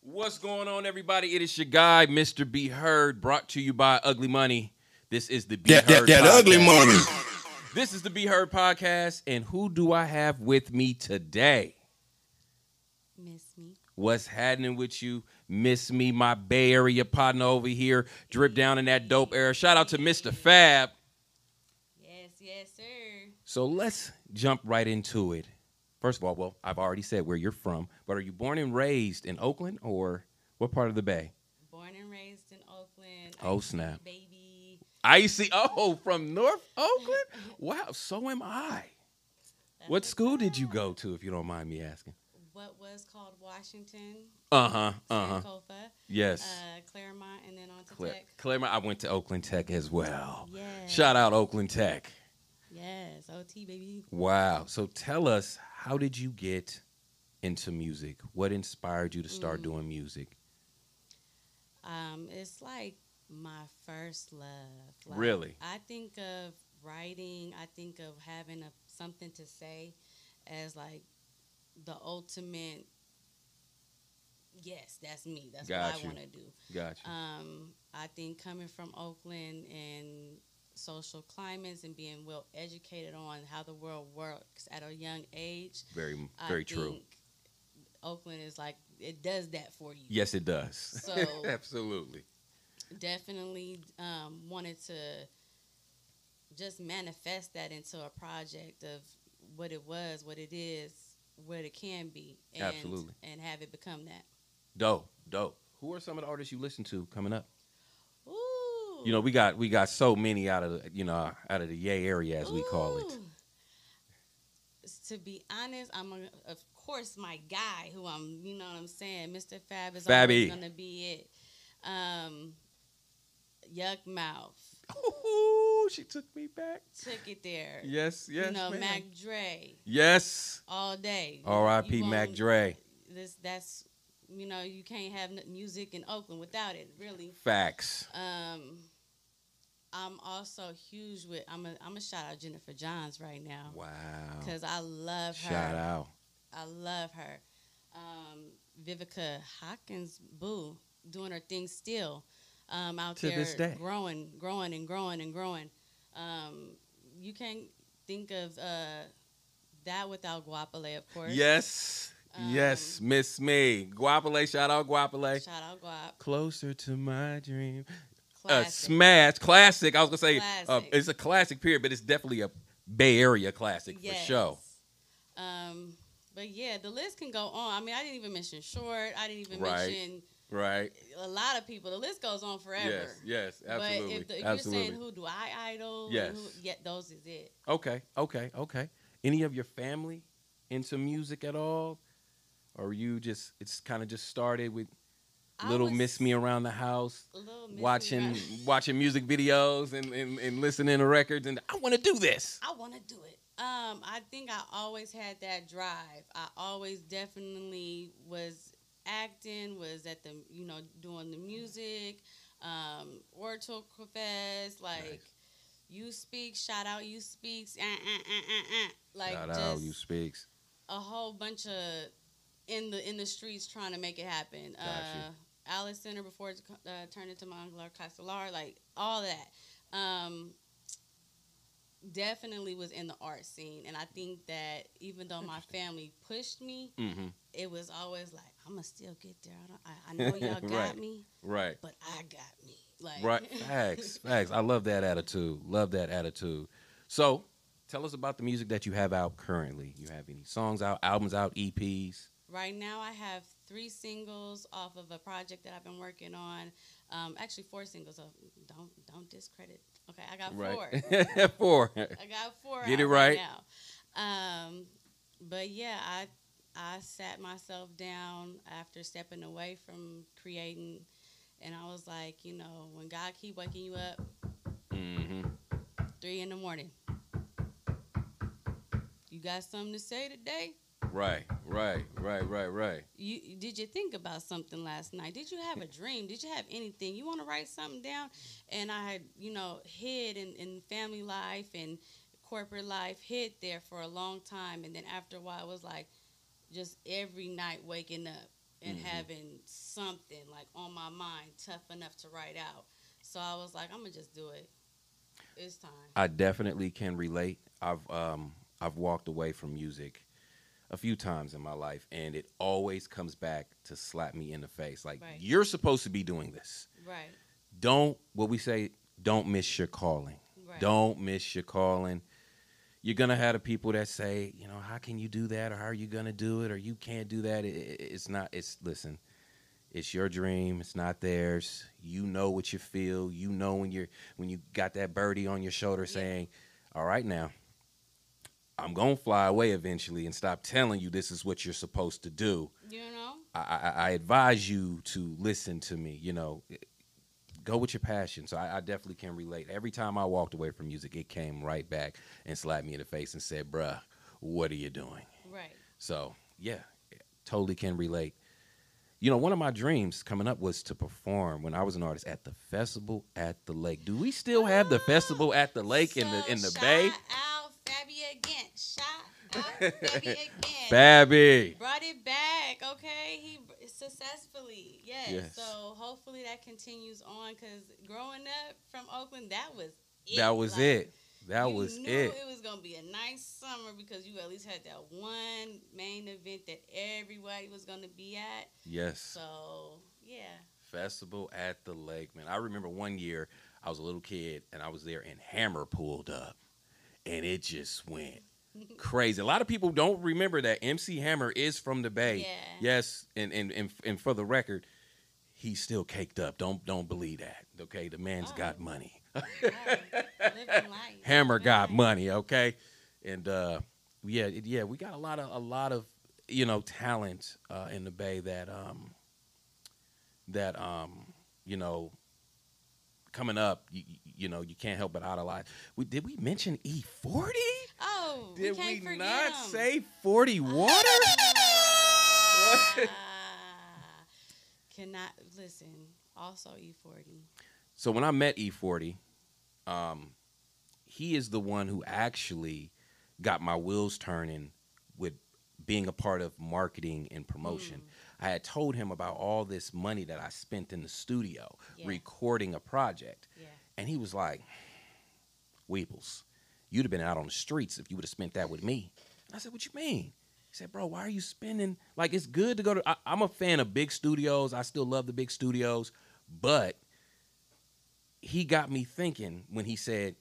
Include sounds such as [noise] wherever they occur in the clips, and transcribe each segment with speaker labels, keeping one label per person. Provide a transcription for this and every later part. Speaker 1: What's going on, everybody? It is your guy, Mr. B Heard, brought to you by Ugly Money. This is the Be
Speaker 2: That, that,
Speaker 1: Heard.
Speaker 2: that
Speaker 1: podcast.
Speaker 2: ugly money.
Speaker 1: This is the Be Heard podcast, and who do I have with me today?
Speaker 3: Miss me.
Speaker 1: What's happening with you? Miss me, my Bay Area partner over here, drip down in that dope era. Shout out to Mr. Fab.
Speaker 3: Yes, yes, sir.
Speaker 1: So let's jump right into it. First of all, well, I've already said where you're from, but are you born and raised in Oakland or what part of the Bay?
Speaker 3: Born and raised in Oakland.
Speaker 1: Oh, snap.
Speaker 3: Baby.
Speaker 1: Icy. [laughs] Oh, from North Oakland? Wow, so am I.
Speaker 3: That's
Speaker 1: What
Speaker 3: what's
Speaker 1: school did you
Speaker 3: up.
Speaker 1: go to, if you don't mind me asking?
Speaker 3: What was called Washington.
Speaker 1: Uh huh. Uh huh.
Speaker 3: Sankofa,
Speaker 1: Yes.
Speaker 3: uh, Claremont, and then on to
Speaker 1: Cla-
Speaker 3: Tech.
Speaker 1: Claremont. I went to Oakland Tech as well.
Speaker 3: Yes.
Speaker 1: Shout out Oakland Tech.
Speaker 3: Yes, OT, baby.
Speaker 1: Wow. So tell us, how did you get into music? What inspired you to start
Speaker 3: Mm.
Speaker 1: doing music?
Speaker 3: Um, it's like my first love. Like,
Speaker 1: Really?
Speaker 3: I think of writing. I think of having a, something to say as like the ultimate. Yes, that's me. That's
Speaker 1: Got
Speaker 3: what
Speaker 1: you.
Speaker 3: I want to do.
Speaker 1: Gotcha.
Speaker 3: Um, I think coming from Oakland and social climates and being well educated on how the world works at a young age,
Speaker 1: very,
Speaker 3: I
Speaker 1: very true.
Speaker 3: think Oakland is like it does that for you.
Speaker 1: Yes, it does. [laughs]
Speaker 3: So
Speaker 1: Absolutely.
Speaker 3: definitely um, wanted to just manifest that into a project of what it was, what it is, what it can be, and,
Speaker 1: Absolutely.
Speaker 3: and have it become that.
Speaker 1: Dope. Dope. Who are some of the artists you listen to coming up?
Speaker 3: Ooh.
Speaker 1: You know, we got we got so many out of the, you know out of the yay area as we call it.
Speaker 3: Ooh. S- To be honest, I'm a, of course my guy who I'm, you know what I'm saying, Mr. Fab is
Speaker 1: Fabby.
Speaker 3: always gonna be it. Um, Yuck Mouth
Speaker 1: Ooh, Oh, she took me back.
Speaker 3: took it there.
Speaker 1: Yes, yes,
Speaker 3: you know
Speaker 1: ma'am.
Speaker 3: Mac Dre
Speaker 1: Yes.
Speaker 3: all day.
Speaker 1: R.I.P.
Speaker 3: You
Speaker 1: Mac
Speaker 3: gon-
Speaker 1: Dre.
Speaker 3: This that's you know you can't have n- music in Oakland without it really.
Speaker 1: Facts.
Speaker 3: Um, I'm also huge with I'm a I'm a shout out Jennifer Johns right now
Speaker 1: Wow.
Speaker 3: because I love her.
Speaker 1: Shout out.
Speaker 3: I love her. Um, Vivica Hawkins, boo, doing her thing still um, out
Speaker 1: To
Speaker 3: there,
Speaker 1: this day.
Speaker 3: growing, growing, and growing and growing. Um, you can't think of uh, that without Guapale, of course.
Speaker 1: Yes.
Speaker 3: Um,
Speaker 1: yes, Miss Me. Guapale, shout out Guapale.
Speaker 3: Shout out Guap.
Speaker 1: Closer to my dream. A
Speaker 3: Classic.
Speaker 1: smash classic. I was gonna say uh,
Speaker 3: Classic.
Speaker 1: it's a classic period, but it's definitely a Bay Area classic for sure.
Speaker 3: Um, but yeah, the list can go on. I mean, I didn't even mention Short. I didn't even
Speaker 1: Right.
Speaker 3: mention
Speaker 1: Right?
Speaker 3: a lot of people. The list goes on forever.
Speaker 1: Yes. Yes.
Speaker 3: But if, the,
Speaker 1: absolutely.
Speaker 3: if you're saying who do I idol? and
Speaker 1: Yes.
Speaker 3: Who, yeah, those is it.
Speaker 1: Okay, okay, okay. Any of your family into music at all? Or you just it's kind of just started with
Speaker 3: I
Speaker 1: little
Speaker 3: was
Speaker 1: miss me around the house,
Speaker 3: a little Miss Me [laughs]
Speaker 1: watching
Speaker 3: Brown.
Speaker 1: [laughs] watching music videos and, and, and listening to records and I wanna do this.
Speaker 3: I want to do it. Um, I think I always had that drive. I always definitely was acting, was at the you know doing the music, um, Oracle Fest, like you speak, shout out you speaks, uh, uh, uh, uh, uh, like
Speaker 1: Shout
Speaker 3: just
Speaker 1: out you speaks.
Speaker 3: a whole bunch of in the in the streets trying to make it happen. Uh,
Speaker 1: Gotcha.
Speaker 3: Alice Center before it uh, turned into Manglar Castellar, like all that. Um, definitely was in the art scene, and I think that even though my family pushed me,
Speaker 1: Mm-hmm.
Speaker 3: it was always like I'm gonna still get there. I, don't, I, I know
Speaker 1: [laughs]
Speaker 3: y'all got
Speaker 1: Right.
Speaker 3: me,
Speaker 1: Right.
Speaker 3: but I got me. Like [laughs]
Speaker 1: Right. Facts. Facts. I love that attitude. Love that attitude. So tell us about the music that you have out currently. You have any songs out, albums out, E [laughs] EPs?
Speaker 3: Right now, I have three singles off of a project that I've been working on. Um, actually, four singles. So don't don't discredit. Okay, I got four.
Speaker 1: Right. Four.
Speaker 3: I got
Speaker 1: [laughs]
Speaker 3: four.
Speaker 1: Get it
Speaker 3: out
Speaker 1: right.
Speaker 3: right now. Um, but yeah, I I sat myself down after stepping away from creating, and I was like, you know, when God keep waking you up
Speaker 1: Mm-hmm.
Speaker 3: three in the morning, you got something to say today.
Speaker 1: Right, right, right, right, right.
Speaker 3: you did you think about something last night did you have a dream did you have anything you want to write something down and i had you know hid in, in family life and corporate life hid there for a long time and then after a while it was like just every night waking up and
Speaker 1: Mhm.
Speaker 3: having something like on my mind tough enough to write out. So I was like, I'm gonna just do it. It's time.
Speaker 1: I definitely can relate. I've um I've walked away from music a few times in my life and it always comes back to slap me in the face like
Speaker 3: Right.
Speaker 1: you're supposed to be doing this.
Speaker 3: Right.
Speaker 1: Don't what we say don't miss your calling.
Speaker 3: Right.
Speaker 1: Don't miss your calling. You're gonna have the people that say, you know, how can you do that, or how are you gonna do it, or you can't do that. It- it- it's not. It's listen. It's your dream. It's not theirs. You know what you feel. You know when you're when you got that birdie on your shoulder saying, "All right, now, I'm gonna fly away eventually and stop telling you this is what you're supposed to do."
Speaker 3: You know.
Speaker 1: I, I, I advise you to listen to me. You know, go with your passion. So I, I definitely can relate. Every time I walked away from music, it came right back and slapped me in the face and said, "Bruh, what are you doing?"
Speaker 3: Right.
Speaker 1: So yeah, totally can relate. You know, one of my dreams coming up was to perform when I was an artist at the festival at the lake. Do we still have the festival at the lake in the
Speaker 3: So
Speaker 1: in the
Speaker 3: shout
Speaker 1: bay?
Speaker 3: Out Fabia again. Shout out
Speaker 1: [laughs]
Speaker 3: Fabia again.
Speaker 1: Fabby.
Speaker 3: brought it back okay he b- successfully yes,
Speaker 1: Yes.
Speaker 3: so hopefully that continues on because growing up from oakland that was it
Speaker 1: That was
Speaker 3: Like,
Speaker 1: it. That
Speaker 3: you
Speaker 1: was
Speaker 3: knew
Speaker 1: it.
Speaker 3: it was gonna be a nice summer because you at least had that one main event that everybody was gonna be at
Speaker 1: Yes.
Speaker 3: so yeah
Speaker 1: Festival at the lake, man. I remember one year I was a little kid and I was there and Hammer pulled up and it just went crazy. A lot of people don't remember that MC Hammer is from the Bay.
Speaker 3: Yeah.
Speaker 1: Yes, and and and, and for the record, he's still caked up. Don't don't believe that. Okay, the man's
Speaker 3: Oh.
Speaker 1: got money. [laughs]
Speaker 3: alright, living life
Speaker 1: Hammer
Speaker 3: living
Speaker 1: got
Speaker 3: life.
Speaker 1: money, okay? And uh yeah, it- yeah, we got a lot of a lot of you know talent uh in the bay that um that um you know coming up you, you know you can't help but idolize. We did we mention E E40?
Speaker 3: oh
Speaker 1: Did
Speaker 3: we,
Speaker 1: we,
Speaker 3: can't forget
Speaker 1: not
Speaker 3: 'em.
Speaker 1: say 40 water?
Speaker 3: [laughs]
Speaker 1: What?
Speaker 3: Ah, cannot listen also E e40
Speaker 1: So when I met E40, um, he is the one who actually got my wheels turning with being a part of marketing and promotion. I had told him about all this money that I spent in the studio
Speaker 3: Yeah.
Speaker 1: recording a project,
Speaker 3: yeah
Speaker 1: and he was like, "Weebles, you'd have been out on the streets if you would have spent that with me." And I said, "What you mean?" He said, "Bro, why are you spending? Like, it's good to go to. I, I'm a fan of big studios. I still love the big studios, but." he got me thinking when he said,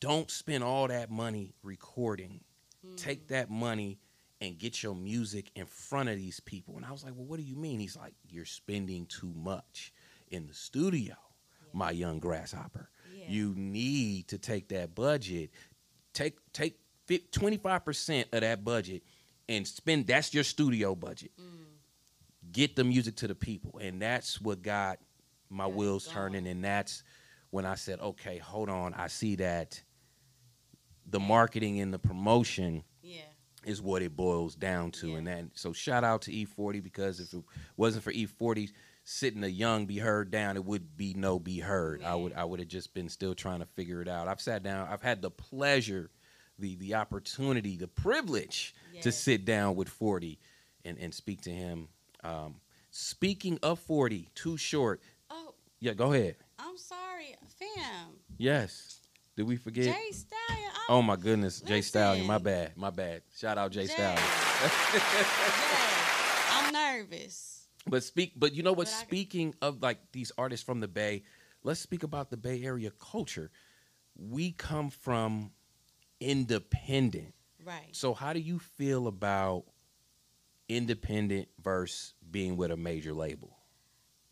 Speaker 1: "Don't spend all that money recording.
Speaker 3: Mm,
Speaker 1: Take that money and get your music in front of these people." And I was like, "Well, what do you mean?" He's like, "You're spending too much in the studio, my young grasshopper.
Speaker 3: Yeah.
Speaker 1: You need to take that budget, take take twenty five percent of that budget, and spend. That's your studio budget.
Speaker 3: Mm,
Speaker 1: Get the music to the people, and that's what got my
Speaker 3: Got it
Speaker 1: wheels
Speaker 3: going.
Speaker 1: turning. And that's when I said, okay, hold on, I see that the marketing and the promotion
Speaker 3: yeah
Speaker 1: is what it boils down to.
Speaker 3: Yeah.
Speaker 1: And that so shout out to E40 because if it wasn't for E40 sitting a young be heard down, it would be no be heard. I would
Speaker 3: Man.
Speaker 1: I would have just been still trying to figure it out. I've sat down, I've had the pleasure, the the opportunity, the privilege to
Speaker 3: Yes.
Speaker 1: sit down with 40 and, and speak to him. Um, speaking of 40, too short.
Speaker 3: oh
Speaker 1: Yeah, go ahead.
Speaker 3: i'm sorry fam
Speaker 1: Yes. Did we forget?
Speaker 3: jay stallion
Speaker 1: Oh my goodness, Jay Stallion. My
Speaker 3: Listen.
Speaker 1: bad, my bad. Shout out Jay, Stallion.
Speaker 3: [laughs] Jay, i'm nervous
Speaker 1: But speak, but you know what?
Speaker 3: But I-
Speaker 1: Speaking of like these artists from the Bay, let's speak about the Bay Area culture. We come from independent.
Speaker 3: right
Speaker 1: So how do you feel about independent versus being with a major label?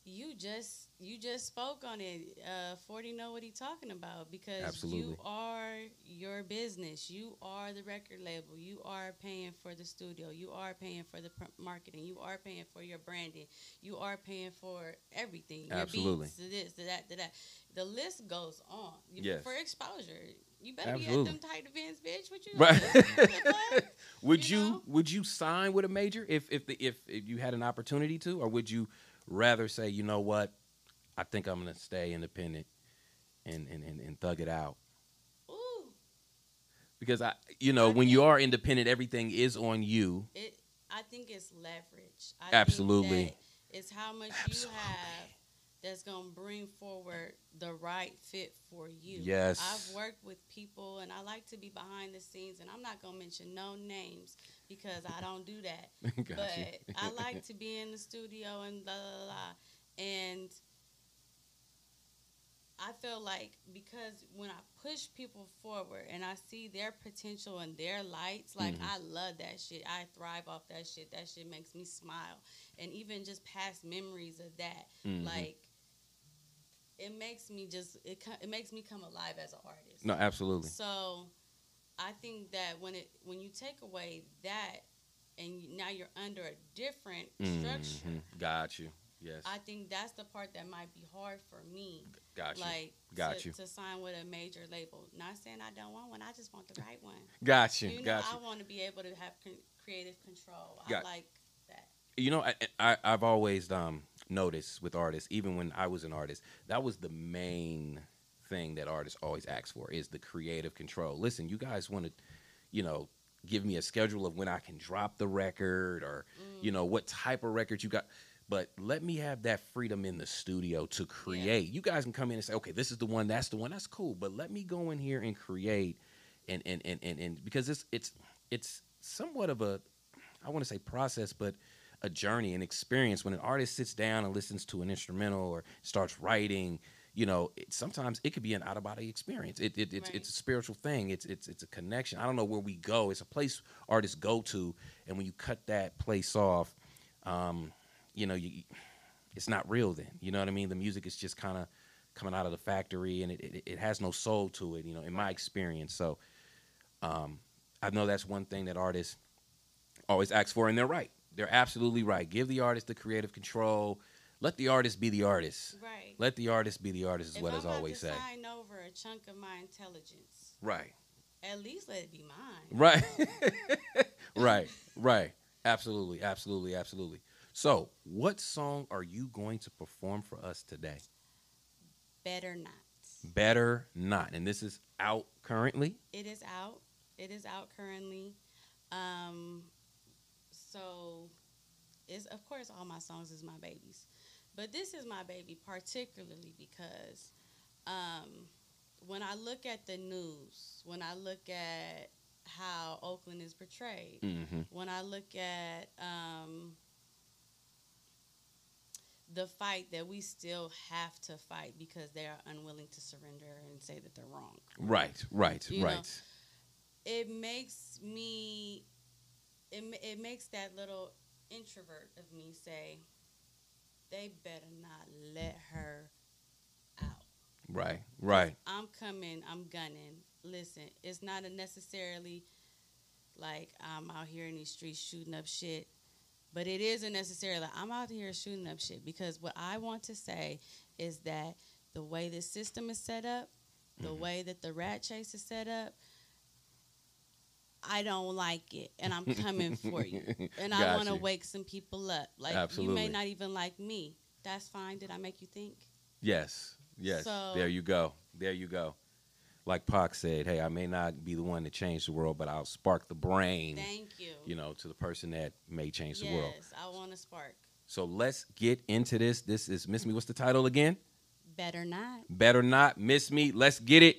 Speaker 3: you just you just spoke on it uh 40 know what he talking about because
Speaker 1: Absolutely.
Speaker 3: you are your business you are the record label you are paying for the studio you are paying for the pr- marketing you are paying for your branding you are paying for everything your
Speaker 1: Absolutely.
Speaker 3: beats, the this the that the that the list goes on You-
Speaker 1: Yes.
Speaker 3: for exposure you better
Speaker 1: Absolutely.
Speaker 3: be at them tight events bitch what you
Speaker 1: Right.
Speaker 3: right.
Speaker 1: [laughs] Would you,
Speaker 3: You know?
Speaker 1: would you sign with a major if if, the, if if you had an opportunity to, or would you rather say, you know what, I think I'm gonna stay independent and and and, and thug it out?
Speaker 3: ooh
Speaker 1: Because I, you know,
Speaker 3: I
Speaker 1: when
Speaker 3: think-
Speaker 1: you are independent, everything is on you.
Speaker 3: it I think it's leverage. I think
Speaker 1: Absolutely.
Speaker 3: that it's how much
Speaker 1: Absolutely.
Speaker 3: you have that's gonna bring forward the right fit for you.
Speaker 1: Yes.
Speaker 3: I've worked with people, and I like to be behind the scenes, and I'm not gonna mention no names because I don't do that.
Speaker 1: [laughs] Got you.
Speaker 3: but I
Speaker 1: [laughs]
Speaker 3: like to be in the studio and blah blah blah. And I feel like because when I push people forward and I see their potential and their lights, like
Speaker 1: Mhm.
Speaker 3: I love that shit. I thrive off that shit. That shit makes me smile. And even just past memories of that,
Speaker 1: Mhm.
Speaker 3: like it makes me just it co- it makes me come alive as an artist.
Speaker 1: no, absolutely.
Speaker 3: So I think that when it when you take away that and you- now you're under a different structure,
Speaker 1: Mhm. Got you. Yes.
Speaker 3: I think that's the part that might be hard for me.
Speaker 1: got you.
Speaker 3: Like
Speaker 1: Got
Speaker 3: to,
Speaker 1: you.
Speaker 3: to sign with a major label. Not saying I don't want one, I just want the
Speaker 1: [laughs]
Speaker 3: right one.
Speaker 1: got you.
Speaker 3: you know,
Speaker 1: got you.
Speaker 3: I want to be able to have con- creative control.
Speaker 1: Got-
Speaker 3: I like that.
Speaker 1: you know, I, I I've always um noticed with artists, even when I was an artist, that was the main thing that artists always ask for is the creative control. Listen, you guys want to, you know, give me a schedule of when I can drop the record or
Speaker 3: Mm.
Speaker 1: you know what type of record you got. But let me have that freedom in the studio to create. You guys can come in and say, okay, this is the one, that's the one, that's cool. But let me go in here and create and and and and, and because it's it's it's somewhat of a I want to say process, but a journey, an experience. When an artist sits down and listens to an instrumental or starts writing, you know, it, sometimes it could be an out of body experience. It, it, it's,
Speaker 3: Right.
Speaker 1: it's a spiritual thing. It's it's it's a connection. I don't know where we go. It's a place artists go to, and when you cut that place off, um, you know, you, it's not real. Then you know what I mean. The music is just kind of coming out of the factory, and it, it it has no soul to it. You know, in my experience. So, um, I know that's one thing that artists always ask for, and they're right. They're absolutely right. Give the artist the creative control. Let the artist be the artist.
Speaker 3: Right.
Speaker 1: Let the artist be the artist is what
Speaker 3: if
Speaker 1: is
Speaker 3: I'm about
Speaker 1: always
Speaker 3: to
Speaker 1: said.
Speaker 3: sign over a chunk of my intelligence,
Speaker 1: Right.
Speaker 3: at least let it be mine.
Speaker 1: Right. [laughs] right. Right. Absolutely. Absolutely. Absolutely. So, what song are you going to perform for us today?
Speaker 3: Better not.
Speaker 1: Better not. And this is out currently.
Speaker 3: It is out. It is out currently. Um, so, it's of course all my songs is my babies, but this is my baby particularly because um, when I look at the news, when I look at how Oakland is portrayed,
Speaker 1: Mm-hmm.
Speaker 3: when I look at um, the fight that we still have to fight because they are unwilling to surrender and say that they're wrong.
Speaker 1: Right. Right.
Speaker 3: You know.
Speaker 1: right.
Speaker 3: it makes me it, ma- it makes that little introvert of me say they better not let her out
Speaker 1: Right. Right.
Speaker 3: i'm coming i'm gunning listen it's not a necessarily like i'm out here in these streets shooting up shit but it isn't necessarily i'm out here shooting up shit because what i want to say is that the way the system is set up the
Speaker 1: Mhm.
Speaker 3: way that the rat chase is set up I don't like it, and I'm coming for you. And I
Speaker 1: Got
Speaker 3: want to
Speaker 1: you.
Speaker 3: wake some people up. Like you
Speaker 1: Absolutely.
Speaker 3: may not even like me. That's fine. Did I make you think?
Speaker 1: Yes. Yes.
Speaker 3: So-
Speaker 1: there you go. There you go. Like Pac said, hey, I may not be the one to change the world, but I'll spark the brain,
Speaker 3: Thank you.
Speaker 1: you know, to the person that may change
Speaker 3: yes,
Speaker 1: the world.
Speaker 3: I want to spark.
Speaker 1: So let's get into this. This is Miss Me. What's the title again?
Speaker 3: Better not.
Speaker 1: Better not miss me. Let's get it.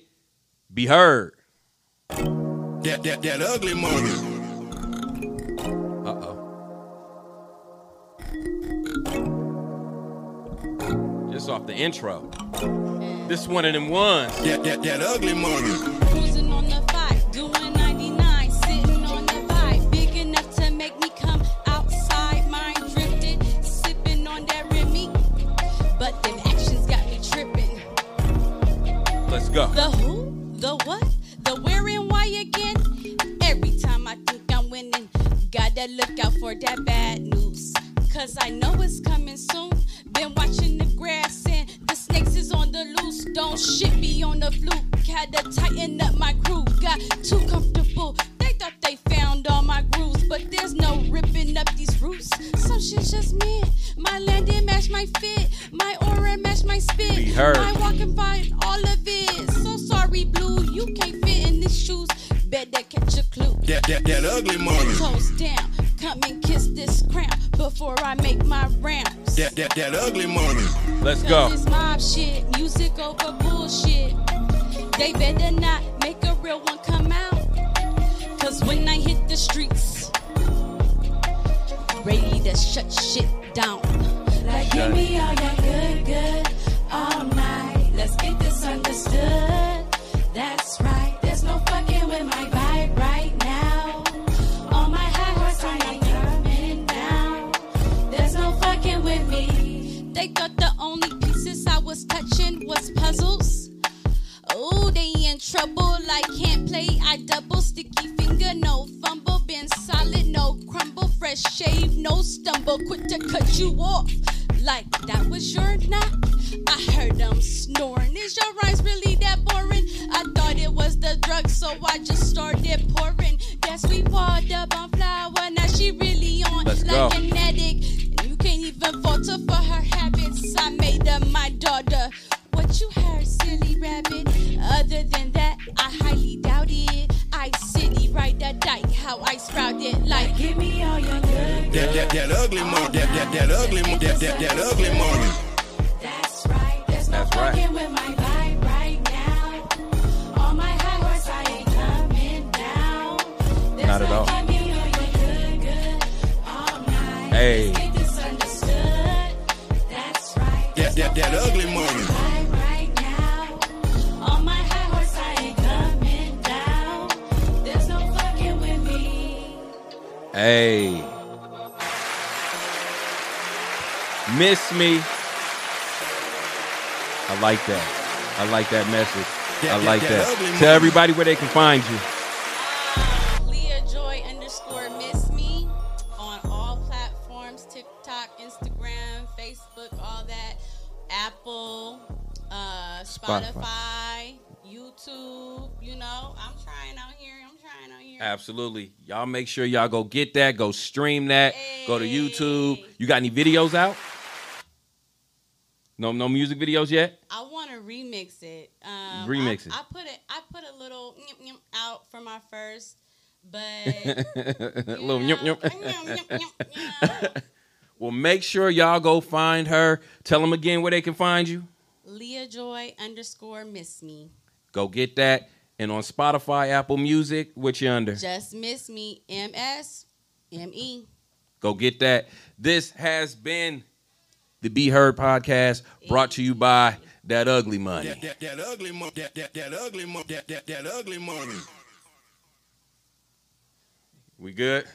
Speaker 1: Be heard.
Speaker 2: That, that, that ugly mother.
Speaker 1: Uh oh. Just off the intro. This one of them ones.
Speaker 2: That, that, that ugly mother.
Speaker 3: Cruising on the five, doing 99, sitting on the vibe, big enough to make me come outside. Mind drifted, sipping on that Remy, but them actions got me tripping.
Speaker 1: Let's go.
Speaker 3: The who, the what, the where and why again? Every time I think I'm winning, gotta look out for that bad news. Cause I know it's coming soon. Been watching the grass and the snakes is on the loose. Don't shit be on the fluke. Gotta tighten up my crew. Got too comfortable. They thought they found all my grooves, but there's no ripping up these roots. Some shit's just me. My landing match my fit. My aura match my spit.
Speaker 1: Be heard.
Speaker 3: My walking by all of it. So sorry, Blue, you can't fit in these shoes. Better catch a clue.
Speaker 2: That, that, that ugly mother.
Speaker 3: Toes down, Come and kiss this crown before I make my rounds.
Speaker 2: That, that, that ugly money.
Speaker 1: Let's
Speaker 3: Cause
Speaker 1: go.
Speaker 3: It's mob shit, music over bullshit. They better not make a real one come out. Cause when I hit the streets, ready to shut shit down.
Speaker 4: Like, give me all your good, good, all night. Let's get this understood. That's right. There's no fucking with my vibe right now. All my high horse, I ain't coming down. There's no fucking with me.
Speaker 3: They thought the only pieces I was touching was puzzles. Oh, they in trouble. I can't play. I double sticky finger, no fumble. Been solid, no crumble. Fresh shave, no stumble. Quick to cut you off. Like that was your knock. I heard them snoring. Is your rhymes really that boring? I thought it was the drug, so I just started pouring. That sweet water on flower. Now she really on
Speaker 1: Let's
Speaker 3: like
Speaker 1: go.
Speaker 3: an addict. And you can't even falter for her habits. I made her my daughter. What you heard, silly rabbit? Other than that, I highly doubt it. I city right that dike, how I sprouted like
Speaker 4: Give me all your good,
Speaker 2: That, that, that ugly money. That, that, that ugly money. That, that, that ugly money.
Speaker 4: That's right. There's no
Speaker 1: That's right.
Speaker 4: fucking with my vibe right now. On my high horse, I ain't coming down. There's
Speaker 1: Not at
Speaker 4: no
Speaker 1: all.
Speaker 4: fucking with your good, good, all night.
Speaker 1: Hey.
Speaker 4: Let's get this understood. That's right.
Speaker 2: That, that, that ugly money.
Speaker 4: Vibe right now. On my high horse, I ain't coming down. There's no fucking with me.
Speaker 1: Hey. Miss me. I like that. I like that message.
Speaker 2: That-
Speaker 1: I
Speaker 2: that-
Speaker 1: like
Speaker 2: that
Speaker 1: that.
Speaker 2: ugly
Speaker 1: Tell
Speaker 2: money.
Speaker 1: everybody where they can find you.
Speaker 3: Leah Joy underscore Miss Me on all platforms TikTok, Instagram, Facebook, all that. Apple, uh,
Speaker 1: Spotify.
Speaker 3: Spotify, YouTube. You know, I'm trying out here. I'm trying out here.
Speaker 1: Absolutely. Y'all make sure y'all go get that. Go stream that. Go to YouTube.
Speaker 3: Hey.
Speaker 1: You got any videos out? No, no music videos yet. [laughs]
Speaker 3: I want to remix it. Um,
Speaker 1: Remix
Speaker 3: I,
Speaker 1: it.
Speaker 3: I put it. I put a little nyum, nyum out for my first,
Speaker 1: [laughs]
Speaker 3: but
Speaker 1: A
Speaker 3: you
Speaker 1: little
Speaker 3: know,
Speaker 1: nyum, nyum.
Speaker 3: nyum, nyum, nyum, you know.
Speaker 1: Well, make sure y'all go find her. Tell them again where they can find you.
Speaker 3: Leah Joy underscore Miss Me.
Speaker 1: Go get that. And on Spotify, Apple Music, what you under?
Speaker 3: Just miss me. M S M E.
Speaker 1: Go get that. This has been the Be Heard podcast brought to you by That Ugly Money.
Speaker 2: That, that, that ugly money. That, that, that ugly money. That, that, that ugly money.
Speaker 1: We good?